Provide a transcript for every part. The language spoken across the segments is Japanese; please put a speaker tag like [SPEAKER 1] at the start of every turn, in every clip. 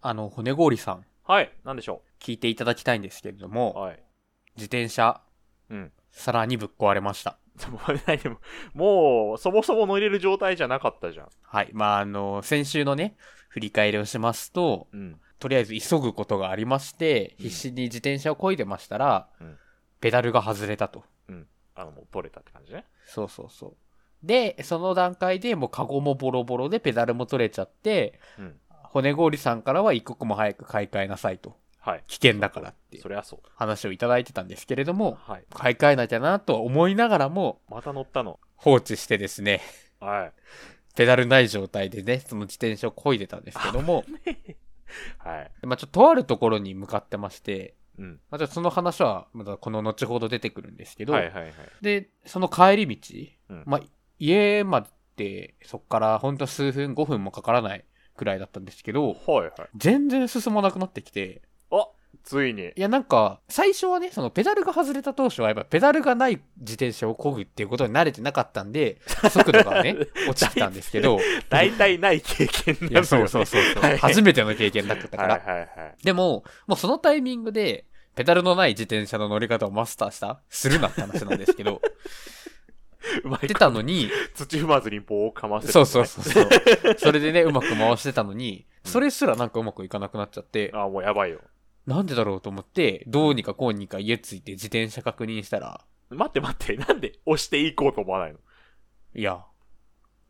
[SPEAKER 1] あの、骨氷さん、
[SPEAKER 2] はい。なんでしょ
[SPEAKER 1] 聞いていただきたいんですけれど
[SPEAKER 2] う。
[SPEAKER 1] も、
[SPEAKER 2] はい。
[SPEAKER 1] 自転車、
[SPEAKER 2] うん。
[SPEAKER 1] さらにぶっ壊れました。
[SPEAKER 2] もう何も、もう、そもそも乗れる状態じゃなかったじゃん。
[SPEAKER 1] はい。まあ、あの、先週のね、振り返りをしますと、
[SPEAKER 2] うん。
[SPEAKER 1] とりあえず急ぐことがありまして、
[SPEAKER 2] うん
[SPEAKER 1] 必死に自転車を漕いでましたら、
[SPEAKER 2] うん
[SPEAKER 1] ペダルが外れたと。
[SPEAKER 2] あの、もう取れたって感じね。
[SPEAKER 1] そうそうそう。で、その段階でもうカゴもボロボロでペダルも取れちゃって、
[SPEAKER 2] うん。
[SPEAKER 1] 骨氷さんからは一刻も早く買い替えなさいと。
[SPEAKER 2] はい。
[SPEAKER 1] 危険だからっていう
[SPEAKER 2] そりゃそう。
[SPEAKER 1] 話をいただいてたんですけれども、
[SPEAKER 2] はい。
[SPEAKER 1] 買い替えなきゃなとは思いながらも、
[SPEAKER 2] また乗ったの。
[SPEAKER 1] 放置してですね、
[SPEAKER 2] はい。
[SPEAKER 1] ペダルない状態でね、その自転車を漕いでたんですけども、
[SPEAKER 2] はい。
[SPEAKER 1] まあちょっととあるところに向かってまして、
[SPEAKER 2] うん。
[SPEAKER 1] まあ、ちょっとその話はまたこの後ほど出てくるんですけど、
[SPEAKER 2] はいはいはい。
[SPEAKER 1] で、その帰り道、
[SPEAKER 2] うん
[SPEAKER 1] まあ家までそっからほんと数分、5分もかからないくらいだったんですけど、
[SPEAKER 2] はいはい。
[SPEAKER 1] 全然進まなくなってきて、
[SPEAKER 2] あついに。
[SPEAKER 1] いやなんか最初はね、そのペダルが外れた当初はやっぱペダルがない自転車を漕ぐっていうことに慣れてなかったんで、速度 がね、落ちてたんですけど、
[SPEAKER 2] 大体ない経験
[SPEAKER 1] い
[SPEAKER 2] な
[SPEAKER 1] や、
[SPEAKER 2] の
[SPEAKER 1] そ
[SPEAKER 2] よ
[SPEAKER 1] うそうそうそう、
[SPEAKER 2] はい
[SPEAKER 1] 初めての経験だったから。
[SPEAKER 2] はいはいはい。
[SPEAKER 1] でも、もうそのタイミングで、ペダルのない自転車の乗り方をマスターしたするなって話なんですけ ど、
[SPEAKER 2] うまい
[SPEAKER 1] 出。たのに、
[SPEAKER 2] 土踏まずに棒をかませて、
[SPEAKER 1] そうそうそうそう。 それでね、うまく回してたのに、
[SPEAKER 2] うん
[SPEAKER 1] それすらなんかうまくいかなくなっちゃって、
[SPEAKER 2] あ、もうやばいよ。
[SPEAKER 1] なんでだろうと思って、どうにかこうにか家着いて自転車確認したら、
[SPEAKER 2] 待って待って、なんで押していこうと思わないの
[SPEAKER 1] いや、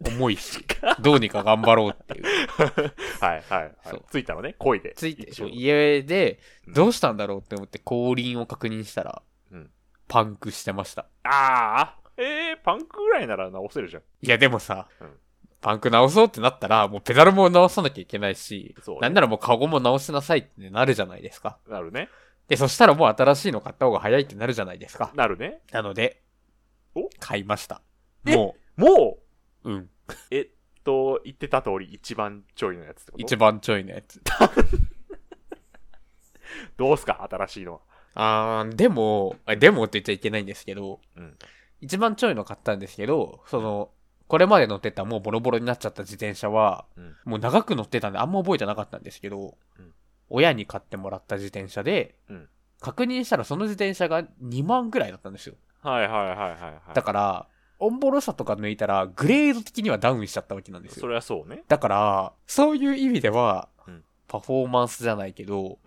[SPEAKER 1] 重い し、どうにか頑張ろうっていう。
[SPEAKER 2] はいはいはい
[SPEAKER 1] そう。
[SPEAKER 2] ついたのね、恋で。
[SPEAKER 1] ついて、
[SPEAKER 2] 一
[SPEAKER 1] そ
[SPEAKER 2] 応
[SPEAKER 1] う家で、どうしたんだろうって思って後輪を確認したら、
[SPEAKER 2] うん
[SPEAKER 1] パンクしてました。
[SPEAKER 2] ああ、えー、パンクぐらいなら直せるじゃん。
[SPEAKER 1] いやでもさ、
[SPEAKER 2] うん
[SPEAKER 1] パンク直そうってなったら、もうペダルも直さなきゃいけないし、
[SPEAKER 2] そうね
[SPEAKER 1] なんならもうカゴも直しなさいってなるじゃないですか。
[SPEAKER 2] なるね。
[SPEAKER 1] で、そしたらもう新しいの買った方が早いってなるじゃないですか。
[SPEAKER 2] なるね。
[SPEAKER 1] なので
[SPEAKER 2] お、
[SPEAKER 1] 買いました。
[SPEAKER 2] え
[SPEAKER 1] も
[SPEAKER 2] もう、
[SPEAKER 1] う、うん。
[SPEAKER 2] えっと、言ってた通り一番ちょいのやつってこと
[SPEAKER 1] 一番ちょいのやつ。
[SPEAKER 2] どうすか新しいのは。
[SPEAKER 1] あー、でも、あでもって言っちゃいけないんですけど、
[SPEAKER 2] うん
[SPEAKER 1] 一番ちょいの買ったんですけど、その、これまで乗ってたもうボロボロになっちゃった自転車は、
[SPEAKER 2] うん
[SPEAKER 1] もう長く乗ってたんであんま覚えてなかったんですけど、
[SPEAKER 2] うん
[SPEAKER 1] 親に買ってもらった自転車で、
[SPEAKER 2] うん
[SPEAKER 1] 確認したらその自転車が2万ぐらいだったんですよ。
[SPEAKER 2] はいはいはいはい、はい。
[SPEAKER 1] だから、オンボロさとか抜いたら、グレード的にはダウンしちゃったわけなんです
[SPEAKER 2] そ
[SPEAKER 1] よ。
[SPEAKER 2] れはそうね。
[SPEAKER 1] だから、そういう意味では、
[SPEAKER 2] うん
[SPEAKER 1] パフォーマンスじゃないけど、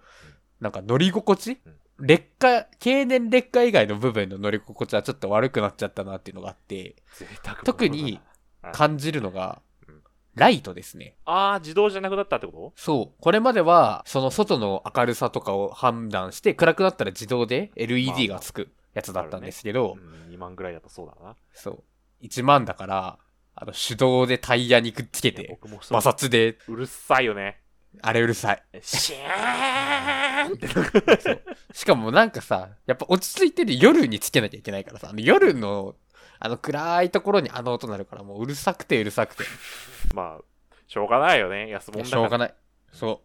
[SPEAKER 1] なんか乗り心地、
[SPEAKER 2] うん
[SPEAKER 1] 劣化、経年劣化以外の部分の乗り心地はちょっと悪くなっちゃったなっていうのがあって、
[SPEAKER 2] 贅沢な
[SPEAKER 1] 特に
[SPEAKER 2] はい
[SPEAKER 1] 感じるのが
[SPEAKER 2] うん、
[SPEAKER 1] ライトですね。
[SPEAKER 2] ああ、自動じゃなくなったってこ
[SPEAKER 1] そう。これまでは、その外の明るさとかを判断して、暗くなったら自動で LED がつくやつだったんですけ
[SPEAKER 2] と
[SPEAKER 1] ど
[SPEAKER 2] う、ん、2万ぐらいだとそうだな。
[SPEAKER 1] そう。1万だから、あの、手動でタイヤにくっつけ
[SPEAKER 2] いや
[SPEAKER 1] て、
[SPEAKER 2] 僕もそう
[SPEAKER 1] 摩。擦で、
[SPEAKER 2] うるさいよね。
[SPEAKER 1] あれうるさい。
[SPEAKER 2] シャーンって。
[SPEAKER 1] そうしかもなんかさ、やっぱ落ち着いてる夜につけなきゃいけないからさ、あの夜の、あの暗いところにあの音なるから、もううるさくてうるさくて、
[SPEAKER 2] まあ、しょうがないよね。安
[SPEAKER 1] い
[SPEAKER 2] 物
[SPEAKER 1] や
[SPEAKER 2] だ
[SPEAKER 1] し
[SPEAKER 2] から。
[SPEAKER 1] ょうがない。そ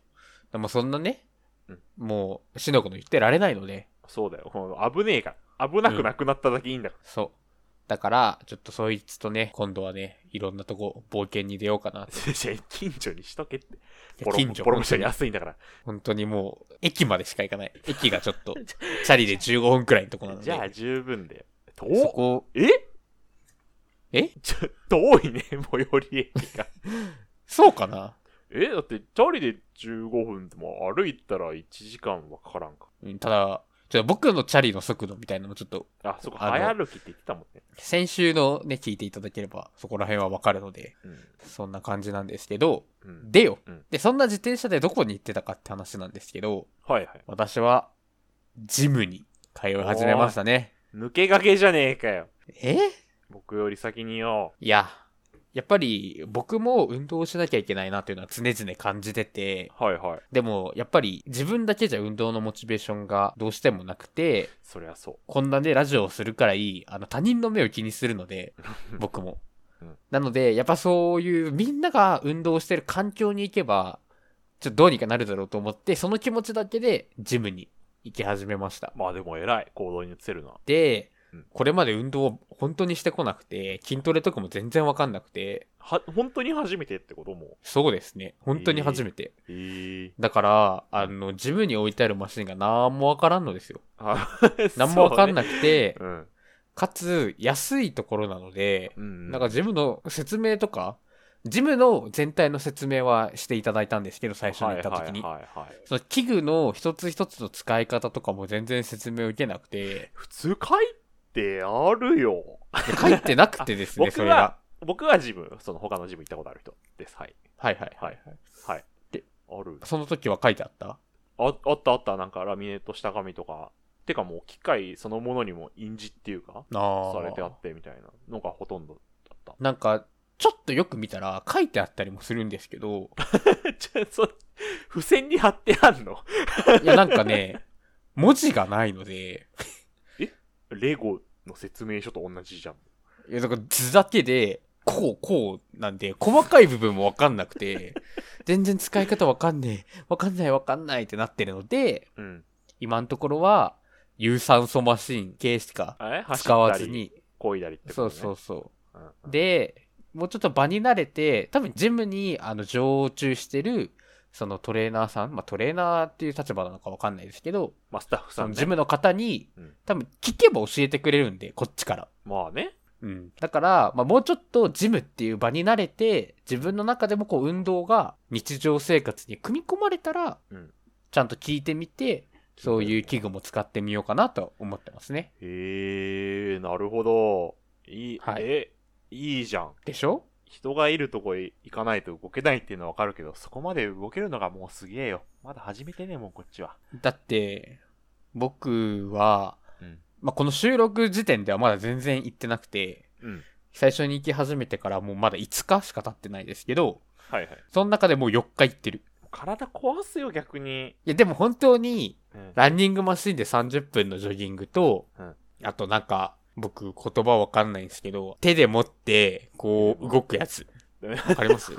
[SPEAKER 1] う。でもそんなね
[SPEAKER 2] うん、
[SPEAKER 1] もう、しのこの言ってられないので、
[SPEAKER 2] そうだよ。もう危ねえから。危なくなくなっただけいいんだか
[SPEAKER 1] そう。だから、ちょっとそいつとね、今度はね、いろんなとこ、冒険に出ようかなと。
[SPEAKER 2] ら。じゃあ近所にしとけって。
[SPEAKER 1] い
[SPEAKER 2] ボ
[SPEAKER 1] や
[SPEAKER 2] ロ
[SPEAKER 1] 近所
[SPEAKER 2] ボロ飯は安いん だから。
[SPEAKER 1] 本当にもう、駅までしか行かない。駅がちょっと、チャリで15分くらいのとこなので。
[SPEAKER 2] じゃあ十分だよ。
[SPEAKER 1] そ
[SPEAKER 2] 遠
[SPEAKER 1] こ、
[SPEAKER 2] え
[SPEAKER 1] え
[SPEAKER 2] ちょ、遠いね、 最寄り駅が。
[SPEAKER 1] そうかな
[SPEAKER 2] えだって、チャリで15分でも歩いたら1時間はかからんか。
[SPEAKER 1] うんただ、ちょっと僕のチャリの速度みたいなのもちょっと、
[SPEAKER 2] あ、そっか、
[SPEAKER 1] あの
[SPEAKER 2] 早歩きって言ってたもんね。
[SPEAKER 1] 先週のね、聞いていただければ、そこら辺はわかるので、
[SPEAKER 2] う
[SPEAKER 1] そんな感じなんですけど、
[SPEAKER 2] ん。うん、
[SPEAKER 1] でよ、
[SPEAKER 2] うん
[SPEAKER 1] で、そんな自転車でどこに行ってたかって話なんですけど、
[SPEAKER 2] はいはい。
[SPEAKER 1] 私は、ジムに通い始めましたね。
[SPEAKER 2] 抜けがけじゃねえかよ。
[SPEAKER 1] え
[SPEAKER 2] 僕より先によ。
[SPEAKER 1] いや、やっぱり僕も運動しなきゃいけないなというのは常々感じてて、
[SPEAKER 2] はいはい。
[SPEAKER 1] でもやっぱり自分だけじゃ運動のモチベーションがどうしてもなくて、
[SPEAKER 2] そりゃそ
[SPEAKER 1] こんなね、ラジオをするからいい、あの他人の目を気にするの で、
[SPEAKER 2] う。
[SPEAKER 1] 僕も
[SPEAKER 2] うん。
[SPEAKER 1] なので、やっぱそういうみんなが運動してる環境に行けば、ちょっとどうにかなるだろうと思って、その気持ちだけでジムに行き始めました。
[SPEAKER 2] まあでも偉い、行動に移せるのは。
[SPEAKER 1] で、
[SPEAKER 2] うん
[SPEAKER 1] これまで運動を本当にしてこなくて、筋トレとかも全然わかんなくて、
[SPEAKER 2] は本当に初めてってことも
[SPEAKER 1] そうですね。本当に初めて。
[SPEAKER 2] えー、
[SPEAKER 1] だから、あの、ジムに置いてあるマシンが何もわからんのですよ。
[SPEAKER 2] あ
[SPEAKER 1] 何もわかん
[SPEAKER 2] い
[SPEAKER 1] なくて、
[SPEAKER 2] う,、ん
[SPEAKER 1] かつ、安いところなので、
[SPEAKER 2] うん
[SPEAKER 1] なんかジムの説明とか、ジムの全体の説明はしていただいたんですけど、最初に行った時に。
[SPEAKER 2] はいはいはいはい
[SPEAKER 1] その器具の一つ一つの使い方とかも全然説明を受けなく て、
[SPEAKER 2] 普通書いてあるよ
[SPEAKER 1] で書いてなくてですね、
[SPEAKER 2] 僕
[SPEAKER 1] それ
[SPEAKER 2] は
[SPEAKER 1] が。
[SPEAKER 2] 僕はジムその他のジム行ったことある人ですはい
[SPEAKER 1] はいはいはい。
[SPEAKER 2] はい
[SPEAKER 1] で
[SPEAKER 2] ある
[SPEAKER 1] その時は書いてあった
[SPEAKER 2] ああったあったなんかラミネートした紙とかてかもう機械そのものにも印字っていうか
[SPEAKER 1] あ
[SPEAKER 2] されてあってみたいなのがほとんどだっ
[SPEAKER 1] なんか、ちょっとよく見たら書いてあったりもするんですけど、
[SPEAKER 2] た ちょそ付箋に貼ってあんの
[SPEAKER 1] いやなんかね、文字がないので、
[SPEAKER 2] レゴの説明書と同じじゃん
[SPEAKER 1] いや、だから図だけで、こう、こう、なんで、細かい部分もわかんなくて、 全然使い方わかんねえ、わかんないわかんないってなってるので、
[SPEAKER 2] うん
[SPEAKER 1] 今のところは、有酸素マシン系しか
[SPEAKER 2] あれ
[SPEAKER 1] 使わずに、
[SPEAKER 2] こいだりってこと、
[SPEAKER 1] そ
[SPEAKER 2] ね、
[SPEAKER 1] うそうそ
[SPEAKER 2] うんうん、
[SPEAKER 1] う。で、もうちょっと場に慣れて、多分ジムに、あの、常駐してる、そのトレーナーさん、まあトレーナーっていう立場なのかわかんないですけど、
[SPEAKER 2] まあ、スタッフ
[SPEAKER 1] そ
[SPEAKER 2] さ
[SPEAKER 1] の
[SPEAKER 2] ん、ね、
[SPEAKER 1] ジムの方に
[SPEAKER 2] うん、
[SPEAKER 1] 多分聞けば教えてくれるんで、こっちから。
[SPEAKER 2] まあね
[SPEAKER 1] うん、だから、まあ、もうちょっとジムっていう場に慣れて自分の中でもこう運動が日常生活に組み込まれたら、
[SPEAKER 2] うん
[SPEAKER 1] ちゃんと聞いてみてそういう器具も使ってみようかなと思ってますね。
[SPEAKER 2] へえなるほどいい、
[SPEAKER 1] はい
[SPEAKER 2] えいいじゃん
[SPEAKER 1] でしょ
[SPEAKER 2] 人がいるとこへ行かないと動けないっていうのはわかるけど、そこまで動けるのがもうすげえよ。まだ始めてね、もうこっちは。
[SPEAKER 1] だって僕は、
[SPEAKER 2] うん
[SPEAKER 1] まあ、この収録時点ではまだ全然行ってなくて
[SPEAKER 2] うん。
[SPEAKER 1] 最初に行き始めてからもうまだ5日しか経ってないですけど
[SPEAKER 2] はいはい。
[SPEAKER 1] その中でもう4日行ってる。
[SPEAKER 2] 体壊すよ、逆に。
[SPEAKER 1] いやでも本当に
[SPEAKER 2] うん
[SPEAKER 1] ランニングマシンで30分のジョギングと、
[SPEAKER 2] うん
[SPEAKER 1] あとなんか、僕言葉わかんないんですけど、手で持って、こう、動くやつ。わかり ます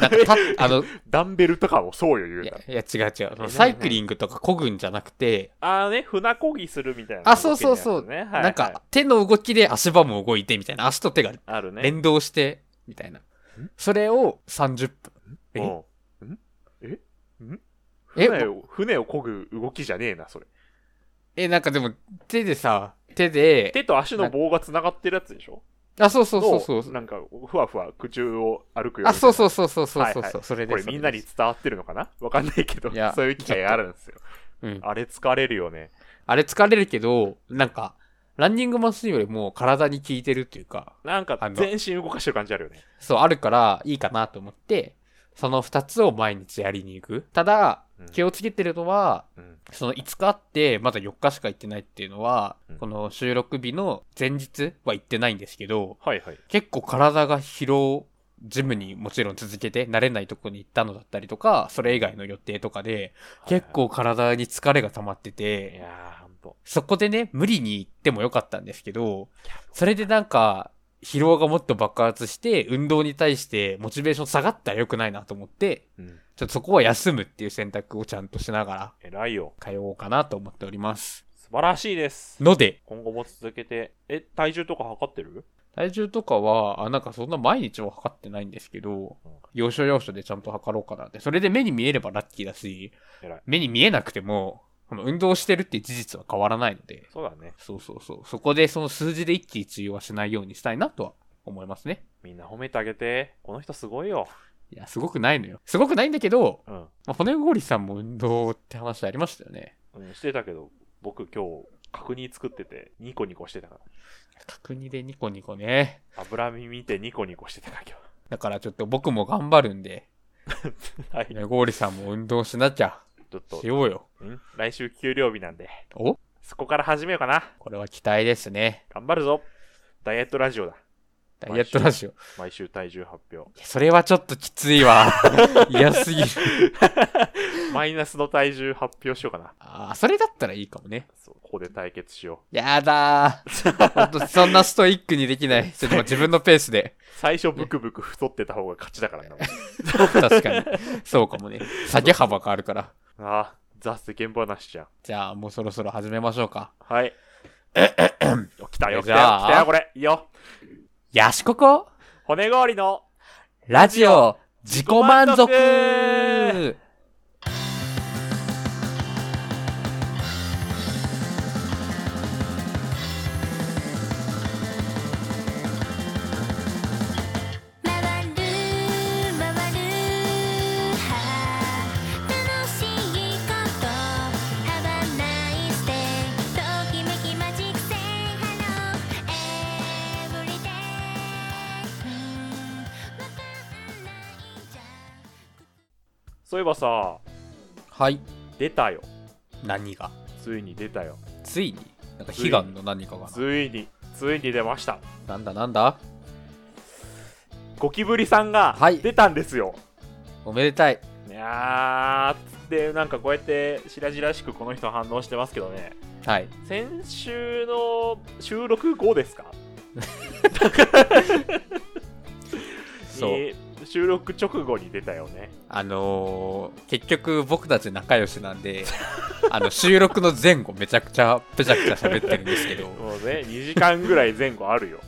[SPEAKER 1] なんかた、あの、
[SPEAKER 2] ダンベルとかもそうよ、言う
[SPEAKER 1] い
[SPEAKER 2] たら。
[SPEAKER 1] や、いや違う違うその。サイクリングとか漕ぐんじゃなくて、
[SPEAKER 2] ああね、船漕ぎするみたいな、
[SPEAKER 1] あそうそうそう
[SPEAKER 2] 動きのやつね、は
[SPEAKER 1] なん
[SPEAKER 2] いはい
[SPEAKER 1] か、手の動きで足場も動いてみたいな、足と手が
[SPEAKER 2] あるね。
[SPEAKER 1] 連動して、みたいな。それを30分。え
[SPEAKER 2] うんんえん
[SPEAKER 1] え
[SPEAKER 2] 船を、船を漕ぐ動きじゃねえな、それ。
[SPEAKER 1] え、なんかでも、手でさ、手で、
[SPEAKER 2] 手と足の棒が繋がってるやつでしょ
[SPEAKER 1] あ、そうそうそうそ
[SPEAKER 2] の
[SPEAKER 1] う。
[SPEAKER 2] なんか、ふわふわ、空中を歩くよみたいな。
[SPEAKER 1] あ、そうそうそうそうそう
[SPEAKER 2] はい
[SPEAKER 1] そう、
[SPEAKER 2] はい
[SPEAKER 1] それで
[SPEAKER 2] こ
[SPEAKER 1] す
[SPEAKER 2] れみんなに伝わってるのかなわかんないけど
[SPEAKER 1] いや、
[SPEAKER 2] そういう機会あるんですよ。
[SPEAKER 1] うん、
[SPEAKER 2] あれ疲れるよね。
[SPEAKER 1] あれ疲れるけど、なんか、ランニングマシンよりも体に効いてるっていうか、
[SPEAKER 2] なんか
[SPEAKER 1] あの
[SPEAKER 2] 全身動かしてる感じあるよね。
[SPEAKER 1] そう、あるからいいかなと思って、その2つを毎日やりに行く。ただ
[SPEAKER 2] うん、
[SPEAKER 1] 気をつけてるのは、
[SPEAKER 2] うん。
[SPEAKER 1] その5日あって、まだ4日しか行ってないっていうのは
[SPEAKER 2] うん、
[SPEAKER 1] この収録日の前日は行ってないんですけど、
[SPEAKER 2] はいはい。
[SPEAKER 1] 結構体が疲労、ジムにもちろん続けて慣れないとこに行ったのだったりとか、それ以外の予定とかで、結構体に疲れが溜まってて、
[SPEAKER 2] いやー、ほんと。
[SPEAKER 1] そこでね、無理に行ってもよかったんですけど、それでなんか、疲労がもっと爆発して、運動に対してモチベーション下がったら良くないなと思って、
[SPEAKER 2] うん。
[SPEAKER 1] ちょっとそこは休むっていう選択をちゃんとしながら
[SPEAKER 2] 偉いよ。
[SPEAKER 1] 通おうかなと思っております。
[SPEAKER 2] 素晴らしいです。
[SPEAKER 1] ので、
[SPEAKER 2] 今後も続けて、え、体重とか測ってる
[SPEAKER 1] 体重とかは、あ、なんかそんな毎日は測ってないんですけど
[SPEAKER 2] うん、
[SPEAKER 1] 要所要所でちゃんと測ろうかなって。それで目に見えればラッキーだし、
[SPEAKER 2] 偉い。
[SPEAKER 1] 目に見えなくても、この運動してるっていう事実は変わらないので、
[SPEAKER 2] そうだね。
[SPEAKER 1] そうそうそう。そこでその数字で一喜一憂はしないようにしたいなとは思いますね。
[SPEAKER 2] みんな褒めてあげて。この人すごいよ。
[SPEAKER 1] いや、すごくないのよ。すごくないんだけど、
[SPEAKER 2] うん。
[SPEAKER 1] まあ、骨氷さんも運動って話ありましたよね。
[SPEAKER 2] うん、してたけど、僕今日、角煮作ってて、ニコニコしてたから。
[SPEAKER 1] 角煮でニコニコね。
[SPEAKER 2] 脂身見てニコニコしてたから今
[SPEAKER 1] だからちょっと僕も頑張るんで、
[SPEAKER 2] 日。 はい。
[SPEAKER 1] 骨氷さんも運動しなきゃ。
[SPEAKER 2] ちょっと
[SPEAKER 1] し、ようよ。
[SPEAKER 2] うん来週給料日なんで、
[SPEAKER 1] お
[SPEAKER 2] そこから始めようかな。
[SPEAKER 1] これは期待ですね。
[SPEAKER 2] 頑張るぞ。ダイエットラジオだ。
[SPEAKER 1] ダイエットラジオ。い
[SPEAKER 2] 毎週体重発 表。
[SPEAKER 1] やそれはちょっときついわ。 嫌すぎる。
[SPEAKER 2] マイナスの体重発表しようかな。
[SPEAKER 1] ああ、それだったらいいかもね。
[SPEAKER 2] そうここで対決しよ
[SPEAKER 1] やだー。ほんとそんなストイックにできない。ちょっとまあ自分のペースで
[SPEAKER 2] う。。最初ブクブク太ってた方が勝ちだか らな。
[SPEAKER 1] 確かに。そうかもね。下げ幅があるから。
[SPEAKER 2] ああ、ザ・世間話じゃん。
[SPEAKER 1] じゃあ、もうそろそろ始めましょうか。
[SPEAKER 2] はい。お 来たよ、来
[SPEAKER 1] じ
[SPEAKER 2] たよ、
[SPEAKER 1] ゃあ
[SPEAKER 2] 来たよ、これ。いいよ。
[SPEAKER 1] ヤシココ
[SPEAKER 2] 骨氷の。
[SPEAKER 1] ラジオ自己満
[SPEAKER 2] 自
[SPEAKER 1] 足
[SPEAKER 2] 己満
[SPEAKER 3] 「まわるまわる楽しいこと」「ハバナイステときめきマジックセイハローエブリデイ」「わかんないじゃん」
[SPEAKER 2] そういえばさ、
[SPEAKER 1] はい。
[SPEAKER 2] 出たよ。
[SPEAKER 1] 何が
[SPEAKER 2] ついに出たよ。
[SPEAKER 1] ついになんか悲願の何かが
[SPEAKER 2] ついに、ついに出ました。
[SPEAKER 1] な。なんだなんだ
[SPEAKER 2] ゴキブリさんが
[SPEAKER 1] はい
[SPEAKER 2] 出たんですよ。
[SPEAKER 1] おめでたい。
[SPEAKER 2] い、やー、つって、なんかこうやって、白々しくこの人反応してますけどね。
[SPEAKER 1] はい。
[SPEAKER 2] 先週の収録後ですか
[SPEAKER 1] そう
[SPEAKER 2] に収録直後に出たよね。
[SPEAKER 1] あのー、結局僕たち仲良しなん で、あの収録の前後めちゃくちゃぺちゃくちゃ喋ってるんですけど、
[SPEAKER 2] もうね、2時 間ぐらい前後あるよ。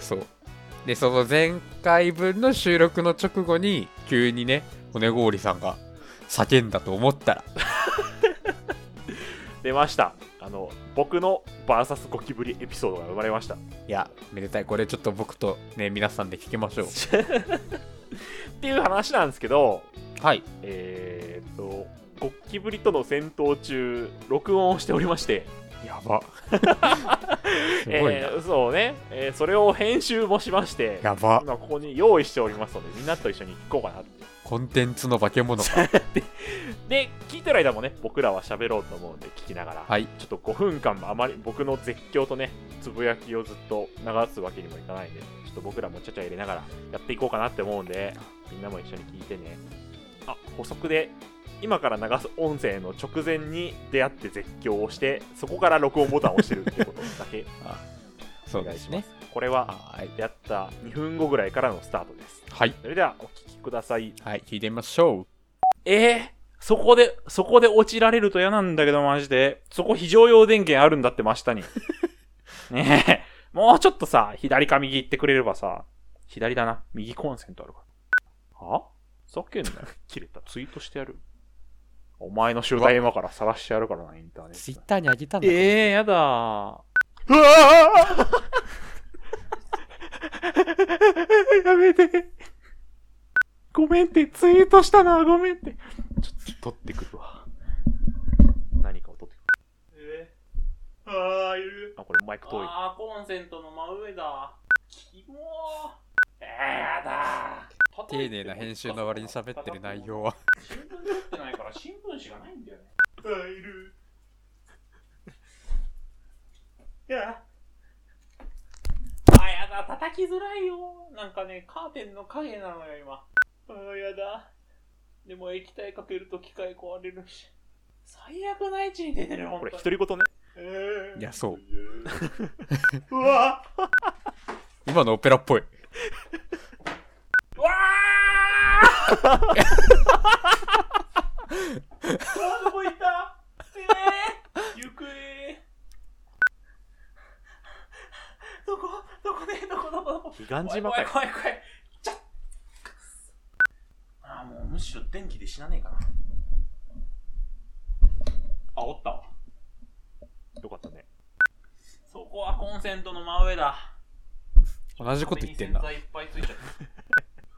[SPEAKER 1] そう。で、その前回分の収録の直後に、急にね、骨氷さんが叫んだと思ったら、
[SPEAKER 2] 出ました。あの、僕の VS ゴキブリエピソードが生まれました。
[SPEAKER 1] いや、めでたい。これちょっと僕とね、皆さんで聞きましょう。
[SPEAKER 2] っていう話なんですけど、
[SPEAKER 1] はい。
[SPEAKER 2] えー、っと、ゴキブリとの戦闘中、録音をしておりまして、
[SPEAKER 1] や ば。すごいな。
[SPEAKER 2] えーそうね、えーそれを編集もしまして、
[SPEAKER 1] やば。
[SPEAKER 2] 今ここに用意しておりますので、みんなと一緒に聞こうかなって。
[SPEAKER 1] コンテンツの化け物か。
[SPEAKER 2] で、聞いてる間もね、僕らは喋ろうと思うんで、聞きながら、
[SPEAKER 1] はい。
[SPEAKER 2] ちょっと5分間もあまり僕の絶叫とね、つぶやきをずっと流すわけにもいかないんで、ちょっと僕らもちゃちゃ入れながらやっていこうかなって思うんで、みんなも一緒に聞いてね。あ、補足で、今から流す音声の直前に出会って絶叫をして、そこから録音ボタンを押してるってことだけ
[SPEAKER 1] そ
[SPEAKER 2] お
[SPEAKER 1] う
[SPEAKER 2] 願
[SPEAKER 1] で
[SPEAKER 2] いし
[SPEAKER 1] す
[SPEAKER 2] ま
[SPEAKER 1] ね
[SPEAKER 2] す。。これは
[SPEAKER 1] はい。
[SPEAKER 2] 出会った2分後ぐらいからのスタートです。
[SPEAKER 1] はい。
[SPEAKER 2] それではお聞きください。
[SPEAKER 1] はい。聞いてみましょう。
[SPEAKER 2] えー、そこで、そこで落ちられると嫌なんだけど、マジで。そこ非常用電源あるんだって、真 下に。ねえ、もうちょっとさ、左か右行ってくれればさ、左だな。右コンセントあるから。はふざけんなよ。 切れた。ツイートしてやる。お前の集団今から晒してやるからな、インターネ
[SPEAKER 1] ツイ
[SPEAKER 2] ッ
[SPEAKER 1] ッ
[SPEAKER 2] ト。
[SPEAKER 1] ターにあげたんだ。
[SPEAKER 2] ええー、やだー。うわー やめて。ごめんって、ツイートしたな、ごめんって。ちょっと、取ってくるわ。何かを取ってくる。えああ、いる。あ、これマイク遠い。ああ、コンセントの真上だ。キモー。えー、やだー。
[SPEAKER 1] 丁寧な編集の割に喋ってる内容は。
[SPEAKER 4] 新聞取ってないから新聞紙がないんだよね。
[SPEAKER 2] あーいる。いや、
[SPEAKER 4] あ、やだ、叩きづらいよ。なんかね、カーテンの影なのよ、今。あ、やだ。でも液体かけると機械壊れるし。最悪な位置に出てる、ほん
[SPEAKER 2] これ、
[SPEAKER 4] とに。
[SPEAKER 2] 独り言ね。
[SPEAKER 4] え
[SPEAKER 1] いや、そう。
[SPEAKER 4] ー、うわ
[SPEAKER 1] 今のオペラっぽい。
[SPEAKER 4] うわーあ、どこ行ったえー、行方どこどこねどこどこどこ
[SPEAKER 2] 悲願
[SPEAKER 4] 怖い
[SPEAKER 2] 島
[SPEAKER 4] 怖
[SPEAKER 2] か
[SPEAKER 4] い
[SPEAKER 2] よ。
[SPEAKER 4] 怖い怖いちゃっああもうむしろ電気で死なねえかなあおったわ
[SPEAKER 2] よかったね。
[SPEAKER 4] そこはコンセントの真上だ
[SPEAKER 1] 同じこと言ってんな。
[SPEAKER 4] 壁に洗剤いっぱいついちゃった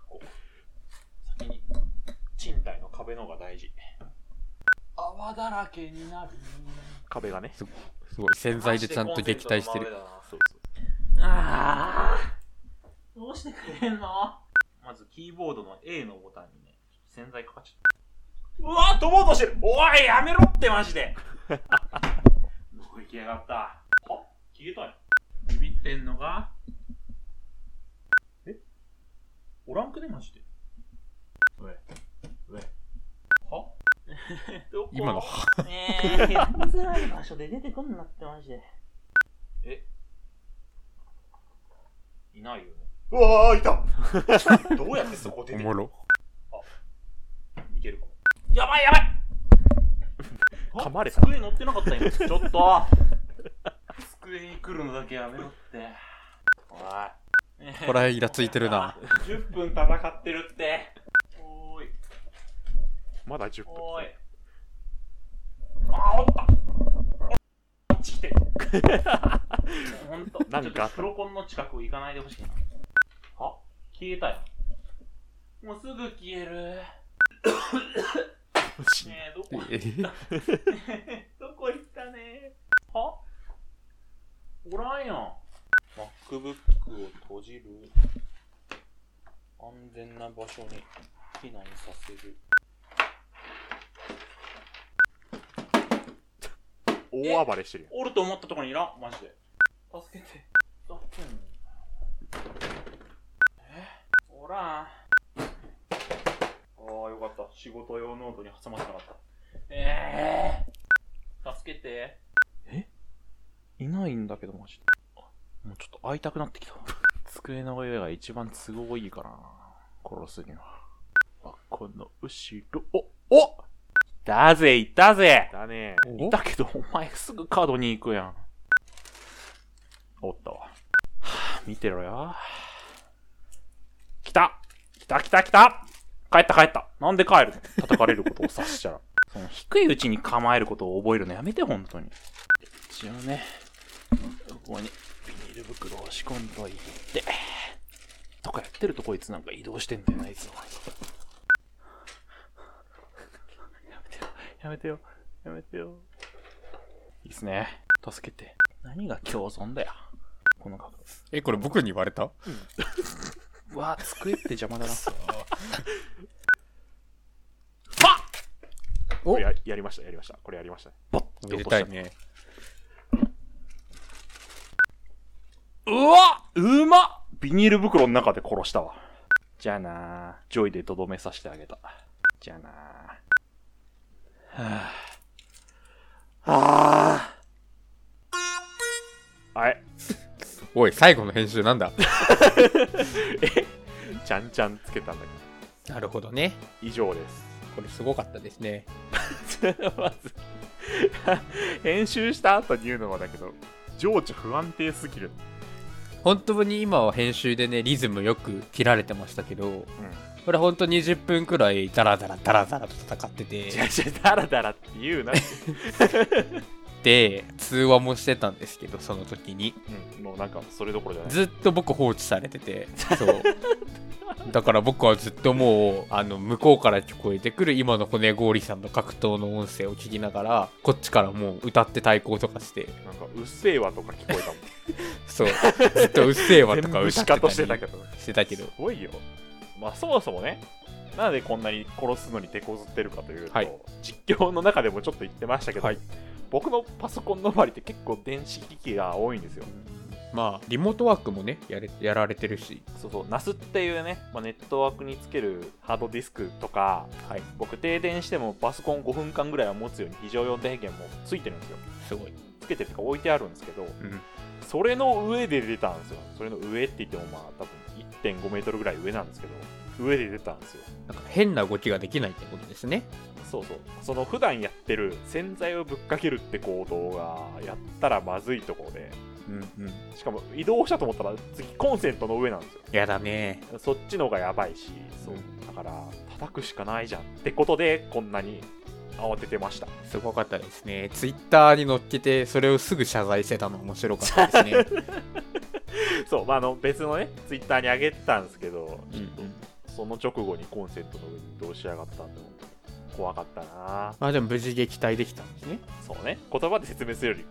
[SPEAKER 4] こう先に賃貸の壁の方が大事泡だらけになる
[SPEAKER 2] 壁がね。
[SPEAKER 1] すごい。洗剤でちゃんと撃退してる。
[SPEAKER 2] そうそう。
[SPEAKER 4] ああどうしてくれんのまずキーボードの A のボタンにね、洗剤かかっちゃった。うわー飛ぼうとしてるおいやめろってマジでどこ行きやがったあ消えたよ。ビビってんのかえおらんくねマジで。うえ、うえ。 はどこ
[SPEAKER 1] 今の、
[SPEAKER 4] ねえ、やりづらい場所で出てくんなってマジで。えいないよね。
[SPEAKER 2] うわー、いた
[SPEAKER 4] どうやってそこ出
[SPEAKER 1] お
[SPEAKER 4] て
[SPEAKER 1] もろ。
[SPEAKER 4] いけるかやばいやばい
[SPEAKER 2] 噛まれた
[SPEAKER 4] 机乗ってなかった今。ちょっと
[SPEAKER 5] 机に来るのだけやめろって。おい。
[SPEAKER 1] これイラついてるな。
[SPEAKER 5] 10分戦ってるって。おーい、
[SPEAKER 4] まだ10分。
[SPEAKER 5] おーい。あー、おったこっち来て。ほんと、
[SPEAKER 4] なんかあった
[SPEAKER 5] ちょっとプロコンの近く行かないでほしいな。あ消えたよ。もうすぐ消える。ねえ、どこ
[SPEAKER 1] えー
[SPEAKER 5] どこ行ったねはおらんやん。MacBook を閉じる。安全な場所に避難させる。
[SPEAKER 4] 大暴れしてるよ。
[SPEAKER 5] おると思ったところにいらん、マジで。助けて。どけんのえおらん。ああ、よかった。仕事用ノートに挟まってなかった。ええ助けて。
[SPEAKER 4] いないんだけど、マジで。もうちょっと会いたくなってきた。机の上が一番都合いいからな。殺すには。あ、この後ろ、お、おいたぜ、いたぜだね
[SPEAKER 1] お
[SPEAKER 4] いたけど、お前すぐカードに行くやん。おったわ。はぁ、見てろよ。来た来た来た来た帰った帰ったなんで帰るの叩かれることを察したら。その低いうちに構えることを覚えるのやめて、本当に。一応ね、ここにビニール袋を押し込んどいて、とかやってるとこいつなんか移動してんだよな、いつも。やめてよ、やめてよ、やめてよ。いいっすね。助けて。何が共存だよ。この角度。
[SPEAKER 1] え、これ僕に言われた
[SPEAKER 4] うわ、机って 邪魔だな。
[SPEAKER 1] お
[SPEAKER 2] これややりましたやりましたこれやりました
[SPEAKER 1] めでたいね。
[SPEAKER 4] うわうまっビニール袋の中で殺したわ。じゃあなージョイでとどめさせてあげた。じゃあなーはぁ。あー。はい。
[SPEAKER 1] おい、最後の編集なんだ
[SPEAKER 2] ちゃんちゃんつけたんだけど
[SPEAKER 1] なるほどね。
[SPEAKER 2] 以上です
[SPEAKER 1] これすごかったですね。
[SPEAKER 2] まず編集した後に言うのはだけど情緒不安定すぎる
[SPEAKER 1] 本当に今は編集でね、リズムよく切られてましたけど、これ本当20分くらいダラダラダラダラと戦って て、
[SPEAKER 2] じゃじゃダラダラって言うな、
[SPEAKER 1] で、通話もしてたんですけど、その時に。
[SPEAKER 2] うん、もうなんかそれどころじゃない
[SPEAKER 1] ずっと僕放置されてて、そう。だから僕はずっともうあの向こうから聞こえてくる今の骨氷さんの格闘の音声を聞きながらこっちからもう歌って対抗とかして
[SPEAKER 2] なんかうっせえわとか聞こえたもん
[SPEAKER 1] そうずっとうっせえわとか
[SPEAKER 2] 全部
[SPEAKER 1] 歌
[SPEAKER 2] シ
[SPEAKER 1] って
[SPEAKER 2] カ
[SPEAKER 1] た
[SPEAKER 2] と
[SPEAKER 1] り
[SPEAKER 2] してたけど
[SPEAKER 1] してたけど
[SPEAKER 2] すごいよまあそもそもねなんでこんなに殺すのに手こずってるかというと、
[SPEAKER 1] はい
[SPEAKER 2] 実況の中でもちょっと言ってましたけど、
[SPEAKER 1] はい
[SPEAKER 2] 僕のパソコンの周りって結構電子機器が多いんですよ
[SPEAKER 1] まあリモートワークもねやれやられてるし
[SPEAKER 2] そうそう NAS っていうね、まあ、ネットワークにつけるハードディスクとか、
[SPEAKER 1] はい
[SPEAKER 2] 僕停電してもパソコン5分間ぐらいは持つように非常用電源もついてるんですよ
[SPEAKER 1] すごい、
[SPEAKER 2] つけてるっていうか置いてあるんですけど
[SPEAKER 1] うん、
[SPEAKER 2] それの上で出たんですよそれの上って言ってもまあ多分1.5メートルぐらい上なんですけど上で出たんですよ
[SPEAKER 1] なんか変な動きができないってことですね
[SPEAKER 2] そうそうその普段やってる洗剤をぶっかけるって行動がやったらまずいところで
[SPEAKER 1] うんうん
[SPEAKER 2] しかも移動したと思ったら次コンセントの上なんですよ
[SPEAKER 1] やだね
[SPEAKER 2] そっちの方がやばいしそうだから叩くしかないじゃんってことでこんなに慌ててました
[SPEAKER 1] すごかったですねツイッターに載っけてそれをすぐ謝罪してたの面白かったです ね、
[SPEAKER 2] そうまああの別のねツイッターに上げてたんですけど
[SPEAKER 1] うんうん、
[SPEAKER 2] その直後にコンセントの上に移動しやがったんで本当に怖かったな
[SPEAKER 1] まあでも無事撃退できたんですね
[SPEAKER 2] そうね言葉で説明するより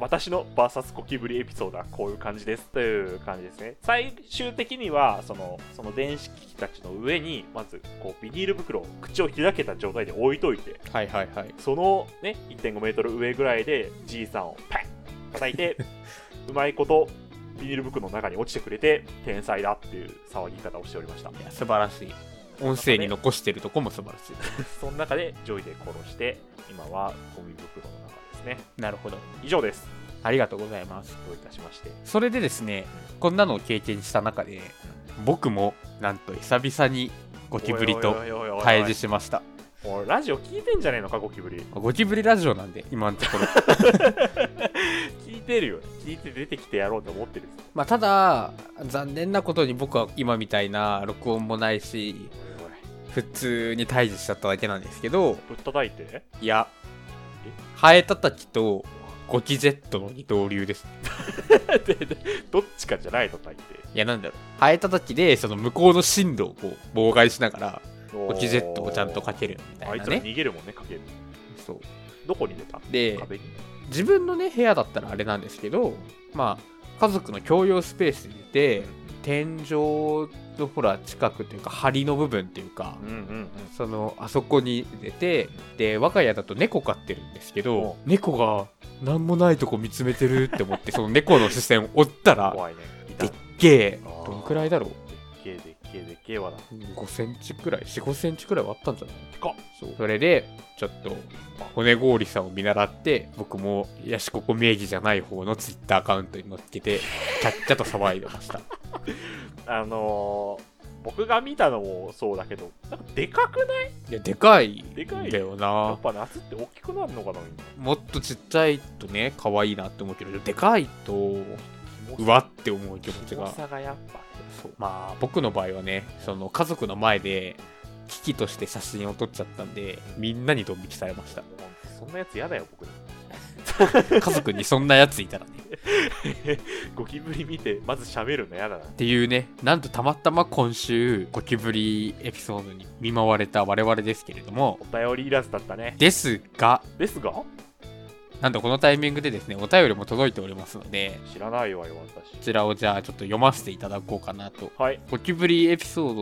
[SPEAKER 2] 私の VS ゴキブリエピソードはこういう感じですという感じですね最終的にはそのその電子機器たちの上にまずこうビニール袋を口を開けた状態で置いといて
[SPEAKER 1] はいはいはい
[SPEAKER 2] そのね1.5メートル上ぐらいでじいさんをパン叩いて うまいことビニール袋の中に落ちてくれて天才だっていう騒ぎ方をしておりました
[SPEAKER 1] いや素晴らしい音声に残してるとこも素晴らしい
[SPEAKER 2] その中でジョイで殺して今はゴミ袋の中ですね
[SPEAKER 1] なるほど
[SPEAKER 2] 以上です
[SPEAKER 1] ありがとうございます
[SPEAKER 2] どういたしまして
[SPEAKER 1] それでですねこんなのを経験した中で僕もなんと久々にゴキブリと対峙しました
[SPEAKER 2] もうラジオ聞いてんじゃねえのかゴキブリ
[SPEAKER 1] ゴキブリラジオなんで今のところ
[SPEAKER 2] 聞いてるよね聞いて出てきてやろうと思ってるんですよ
[SPEAKER 1] まあただ残念なことに僕は今みたいな録音もないし
[SPEAKER 2] おい
[SPEAKER 1] 普通に退治しちゃっただけなんですけど
[SPEAKER 2] ぶったたいて
[SPEAKER 1] いやハエたたきとゴキジェットの二刀流です
[SPEAKER 2] ででどっちかじゃないの大
[SPEAKER 1] い
[SPEAKER 2] 抵
[SPEAKER 1] やなんだろうハエたたきでその向こうの進路をこう妨害しながらゴ
[SPEAKER 2] ゴ
[SPEAKER 1] キジェットをちゃんとかけるみた
[SPEAKER 2] あ
[SPEAKER 1] い
[SPEAKER 2] い
[SPEAKER 1] な
[SPEAKER 2] つら
[SPEAKER 1] ね
[SPEAKER 2] 逃げるもんねかける
[SPEAKER 1] そう
[SPEAKER 2] どこに出た
[SPEAKER 1] で
[SPEAKER 2] 壁に
[SPEAKER 1] 自分のね部屋だったらあれなんですけどまあ家族の共用スペースにいて、天井のほら近くというか梁の部分というか、
[SPEAKER 2] うんうんうん
[SPEAKER 1] そのあそこに出てで我が家だと猫飼ってるんですけど猫が何もないとこ見つめてるって思ってその猫の視線を追ったら
[SPEAKER 2] 怖いねいた
[SPEAKER 1] でっけえ
[SPEAKER 2] あー
[SPEAKER 1] どんくらいだろう
[SPEAKER 2] でっけえでっけえでっけえわだ
[SPEAKER 1] 5センチくらい4 5センチくらいはあったんじゃない
[SPEAKER 2] でかっ
[SPEAKER 1] そうそれでちょっと骨氷さんを見習って僕もヤシココ名義じゃない方のツイッターアカウントに乗っけ てキャッキャと騒いでました
[SPEAKER 2] あのー、僕が見たのもそうだけどなんかでかくない
[SPEAKER 1] いやでかい
[SPEAKER 2] でかい
[SPEAKER 1] んだよ
[SPEAKER 2] や
[SPEAKER 1] な
[SPEAKER 2] っぱ夏って大きくなるのかなみんな
[SPEAKER 1] もっとちっちゃいとね可愛いなって思うけどでかいと
[SPEAKER 2] キモ
[SPEAKER 1] う
[SPEAKER 2] さ
[SPEAKER 1] わって思う気持ち
[SPEAKER 2] キモ
[SPEAKER 1] が
[SPEAKER 2] さがやっぱね
[SPEAKER 1] そうまあ僕の場合はねその家族の前で危機として写真を撮っちゃったんでみんなにドン引きされました
[SPEAKER 2] ほんとそんなやつ嫌だよ僕
[SPEAKER 1] 家族にそんなやついたらねっ
[SPEAKER 2] ゴキブリ見てまず喋るの嫌だな
[SPEAKER 1] ていうねなんとたまたま今週ゴキブリエピソードに見舞われた我々ですけれども
[SPEAKER 2] お便りいらずだったね
[SPEAKER 1] ですが
[SPEAKER 2] ですが
[SPEAKER 1] なんとこのタイミングでですねお便りも届いておりますので
[SPEAKER 2] 知らないわよ私
[SPEAKER 1] こちらをじゃあちょっと読ませていただこうかなと
[SPEAKER 2] はい
[SPEAKER 1] ゴキブリエピソー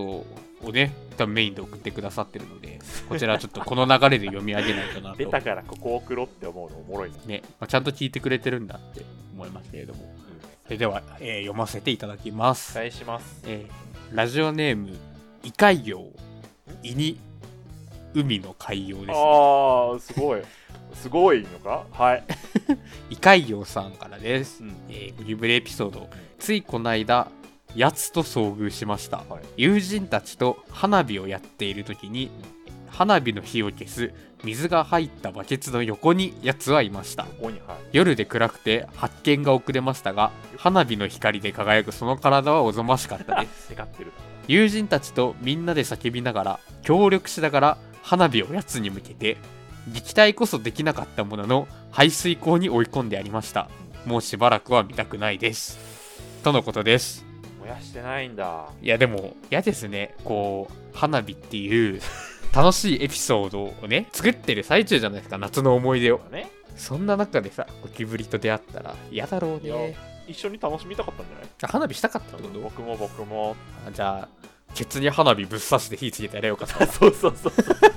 [SPEAKER 1] ドをね多分メインで送ってくださってるのでこちらちょっとこの流れで読み上げないとな
[SPEAKER 2] 出
[SPEAKER 1] と
[SPEAKER 2] たからここ送ろうって思うのおもろいな
[SPEAKER 1] ね、まあ、ちゃんと聞いてくれてるんだって思いますけれども、それでは、えー読ませていただきます、
[SPEAKER 2] 期待します
[SPEAKER 1] えーラジオネーム「異海洋」「胃に海の海洋」です
[SPEAKER 2] あ
[SPEAKER 1] ね
[SPEAKER 2] ーすごいすごいのかはい、
[SPEAKER 1] 異海洋さんからです、
[SPEAKER 2] うん
[SPEAKER 1] えーゴキブリエピソードついこの間やつと遭遇しました、
[SPEAKER 2] は
[SPEAKER 1] 友人たちと花火をやっている時に花火の火を消す水が入ったバケツの横にやつはいました
[SPEAKER 2] ここにはい
[SPEAKER 1] 夜で暗くて発見が遅れましたが花火の光で輝くその体はおぞましかったです
[SPEAKER 2] せかってる
[SPEAKER 1] 友人たちとみんなで叫びながら協力しながら花火をやつに向けて撃退こそできなかったものの排水溝に追い込んでありましたもうしばらくは見たくないですとのことです
[SPEAKER 2] 燃やしてないんだ
[SPEAKER 1] いやでも嫌ですねこう花火っていう楽しいエピソードをね作ってる最中じゃないですか夏の思い出を
[SPEAKER 2] だね
[SPEAKER 1] そんな中でさゴキブリと出会ったら嫌だろう
[SPEAKER 2] いや
[SPEAKER 1] ね
[SPEAKER 2] 一緒に楽しみたかったんじゃない
[SPEAKER 1] あ花火したかったってこと
[SPEAKER 2] 僕も僕も
[SPEAKER 1] あじゃあケツに花火ぶっ刺して火つけてやれよかった
[SPEAKER 2] そうそうそう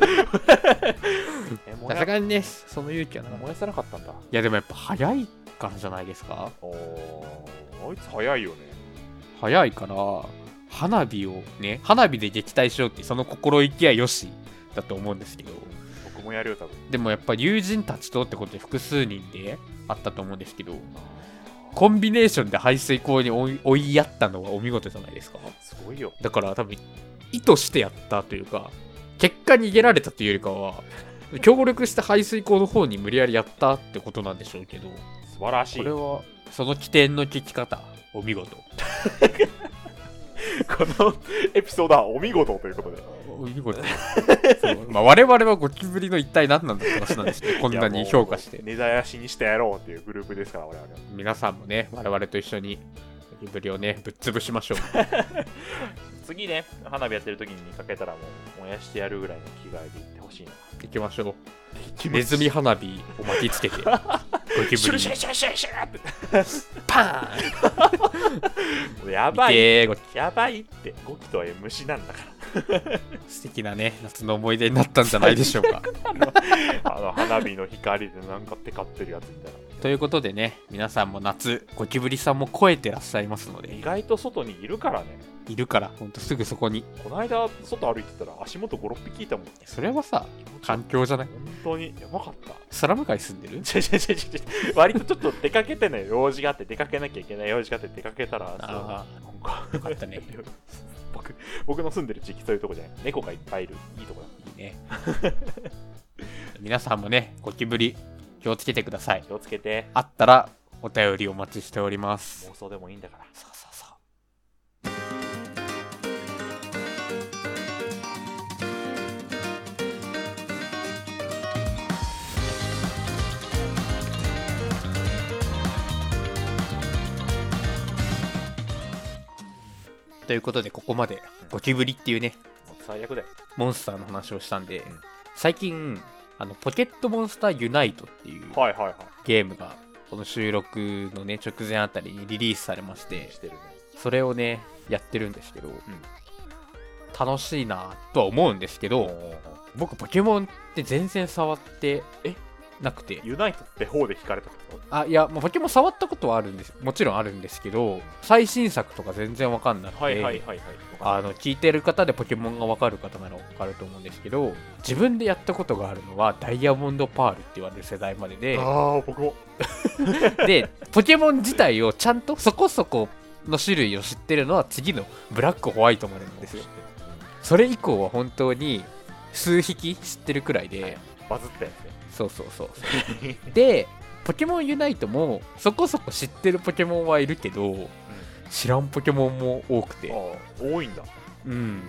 [SPEAKER 2] え燃
[SPEAKER 1] さ
[SPEAKER 2] や
[SPEAKER 1] すがにねその勇気はなかったい
[SPEAKER 2] 燃やさなかったんだ
[SPEAKER 1] やでもやっぱ早いからじゃないですか
[SPEAKER 2] おーあいつ早いよね
[SPEAKER 1] 早いから花火をね花火で撃退しようってその心意気はよしだと思うんですけど
[SPEAKER 2] 僕もやるよ多分
[SPEAKER 1] でもやっぱ友人たちとってことで複数人であったと思うんですけどコンビネーションで排水溝に追い追いやったのはお見事じゃないですか
[SPEAKER 2] すごいよ
[SPEAKER 1] だから多分意図してやったというか結果逃げられたというよりかは協力して排水溝の方に無理やりやったってことなんでしょうけど
[SPEAKER 2] 素晴らしい
[SPEAKER 1] これはその起点の聞き方お見事
[SPEAKER 2] このエピソードはお見事ということで
[SPEAKER 1] お見事そうまあ我々はゴキブリの一体何なんだって話なんですけどこんなに評価し
[SPEAKER 2] いや
[SPEAKER 1] て
[SPEAKER 2] もう根絶やしにしてやろうっていうグループですから我々は
[SPEAKER 1] 皆さんもね我々と一緒にゴキブリをねぶっ潰しましょう
[SPEAKER 2] 次ね花火やってる時に見かけたらもう燃やしてやるぐらいの着替えで行ってほしいな
[SPEAKER 1] 行きましょうネズミ花火を巻きつけてゴキブ
[SPEAKER 2] シュル
[SPEAKER 1] リ
[SPEAKER 2] シュ
[SPEAKER 1] に
[SPEAKER 2] ルシュルシュルシュルって
[SPEAKER 1] パーン
[SPEAKER 2] もうや
[SPEAKER 1] 見
[SPEAKER 2] ばい
[SPEAKER 1] てーゴキ
[SPEAKER 2] やばいってゴキとは虫なんだか
[SPEAKER 1] 素敵なね夏の思い出になったんじゃないでしょうか
[SPEAKER 2] らあの花火の光でなんかテカってるやつみたいな
[SPEAKER 1] ということでね皆さんも夏ゴキブリさんも超えてらっしゃいますの
[SPEAKER 2] 意
[SPEAKER 1] で
[SPEAKER 2] 外と外にいるからね
[SPEAKER 1] いるからほんとすぐそこに
[SPEAKER 2] この間外歩いてたら足元56匹いたもん
[SPEAKER 1] それはさ環境じゃない
[SPEAKER 2] 本当にやばかった
[SPEAKER 1] スラム街住んでる
[SPEAKER 2] ちょちょちょちょちょ 割とちょっと出かけてね用事があって出かけなきゃいけない用事があって出かけたらそう
[SPEAKER 1] あ
[SPEAKER 2] なんか
[SPEAKER 1] よかったね
[SPEAKER 2] 僕僕の住んでる地域そういうとこじゃない猫がいっぱいいるいいとこだ
[SPEAKER 1] いいね皆さんもねゴキブリ気をつけてください
[SPEAKER 2] 気をつけて
[SPEAKER 1] あったらお便りお待ちしております。
[SPEAKER 2] 妄想でもいいんだから
[SPEAKER 1] さあさあさあということでここまでゴキブリっていうね
[SPEAKER 2] もう最悪だよ
[SPEAKER 1] モンスターの話をしたんで最近あのポケットモンスターユナイトっていう
[SPEAKER 2] はいはいは
[SPEAKER 1] ゲームがこの収録のね直前あたりにリリースされまして
[SPEAKER 2] いしてるね
[SPEAKER 1] それをねやってるんですけど、楽しいなとは思うんですけど僕ポケモンって全然触ってえなくて
[SPEAKER 2] ユナイトって方で引かれたってこと
[SPEAKER 1] あいや、まあ、ポケモン触ったことはあるんですもちろんあるんですけど最新作とか全然わかんなくて、
[SPEAKER 2] はいはい
[SPEAKER 1] あの聞いてる方でポケモンがわかる方ならわかると思うんですけど自分でやったことがあるのはダイヤモンドパールって言われる世代までで
[SPEAKER 2] ああ僕も
[SPEAKER 1] でポケモン自体をちゃんとそこそこの種類を知ってるのは次のブラックホワイトまでなんですよそれ以降は本当に数匹知ってるくらいで
[SPEAKER 2] バズったやつね
[SPEAKER 1] そうそうそうそうでポケモンユナイトもそこそこ知ってるポケモンはいるけど知らんポケモンも多くて
[SPEAKER 2] ああ多いんだ
[SPEAKER 1] うん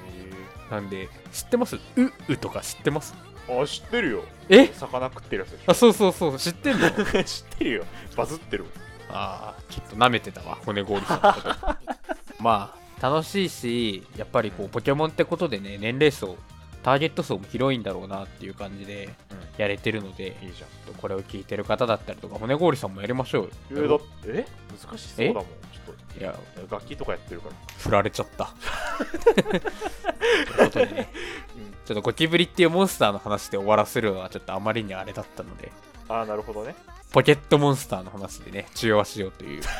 [SPEAKER 2] へ
[SPEAKER 1] なんで知ってますううとか知ってます
[SPEAKER 2] えあ知ってるよ
[SPEAKER 1] え
[SPEAKER 2] 魚食ってるやつでしょ
[SPEAKER 1] あそうそうそう知ってんの
[SPEAKER 2] 知ってるよバズってる わ
[SPEAKER 1] ああちょっと舐めてたわ骨氷さんのこと まあ楽しいしやっぱりこうポケモンってことでね年齢層ターゲット層も広いんだろうなっていう感じで
[SPEAKER 2] うん
[SPEAKER 1] やれてるので、
[SPEAKER 2] いいじゃん
[SPEAKER 1] ちょっとこれを聞いてる方だったりとか骨氷さんもやりましょう
[SPEAKER 2] えだ
[SPEAKER 1] よ
[SPEAKER 2] え難しそうだもんちょっ
[SPEAKER 1] いや
[SPEAKER 2] と楽器とかやってるから
[SPEAKER 1] 振られちゃった ということでねちょっとゴキブリっていうモンスターの話で終わらせるのはちょっとあまりにあれだったので
[SPEAKER 2] ああなるほどね
[SPEAKER 1] ポケットモンスターの話でね中和しようという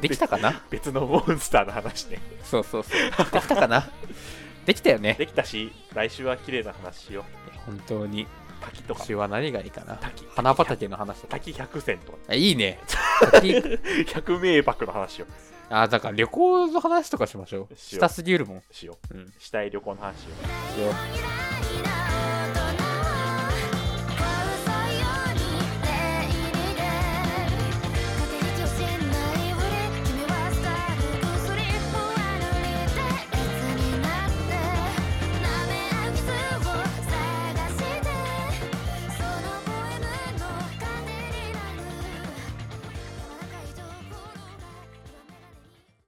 [SPEAKER 1] できたかな
[SPEAKER 2] 別のモンスターの話ね
[SPEAKER 1] そうそうそうできたかなできたよね
[SPEAKER 2] できたし来週は綺麗な話しよ
[SPEAKER 1] 本当に
[SPEAKER 2] う滝と
[SPEAKER 1] 今
[SPEAKER 2] か
[SPEAKER 1] 週は何がいいかな
[SPEAKER 2] 滝
[SPEAKER 1] 花畑の話とか
[SPEAKER 2] 滝百選とか
[SPEAKER 1] あいい ね滝
[SPEAKER 2] 百名瀑の話を
[SPEAKER 1] あだから旅行の話とかしましょう
[SPEAKER 2] し
[SPEAKER 1] し
[SPEAKER 2] よう
[SPEAKER 1] たすぎるもん
[SPEAKER 2] しよ
[SPEAKER 1] うん
[SPEAKER 2] うしたい旅行の話を
[SPEAKER 1] しよう
[SPEAKER 3] 「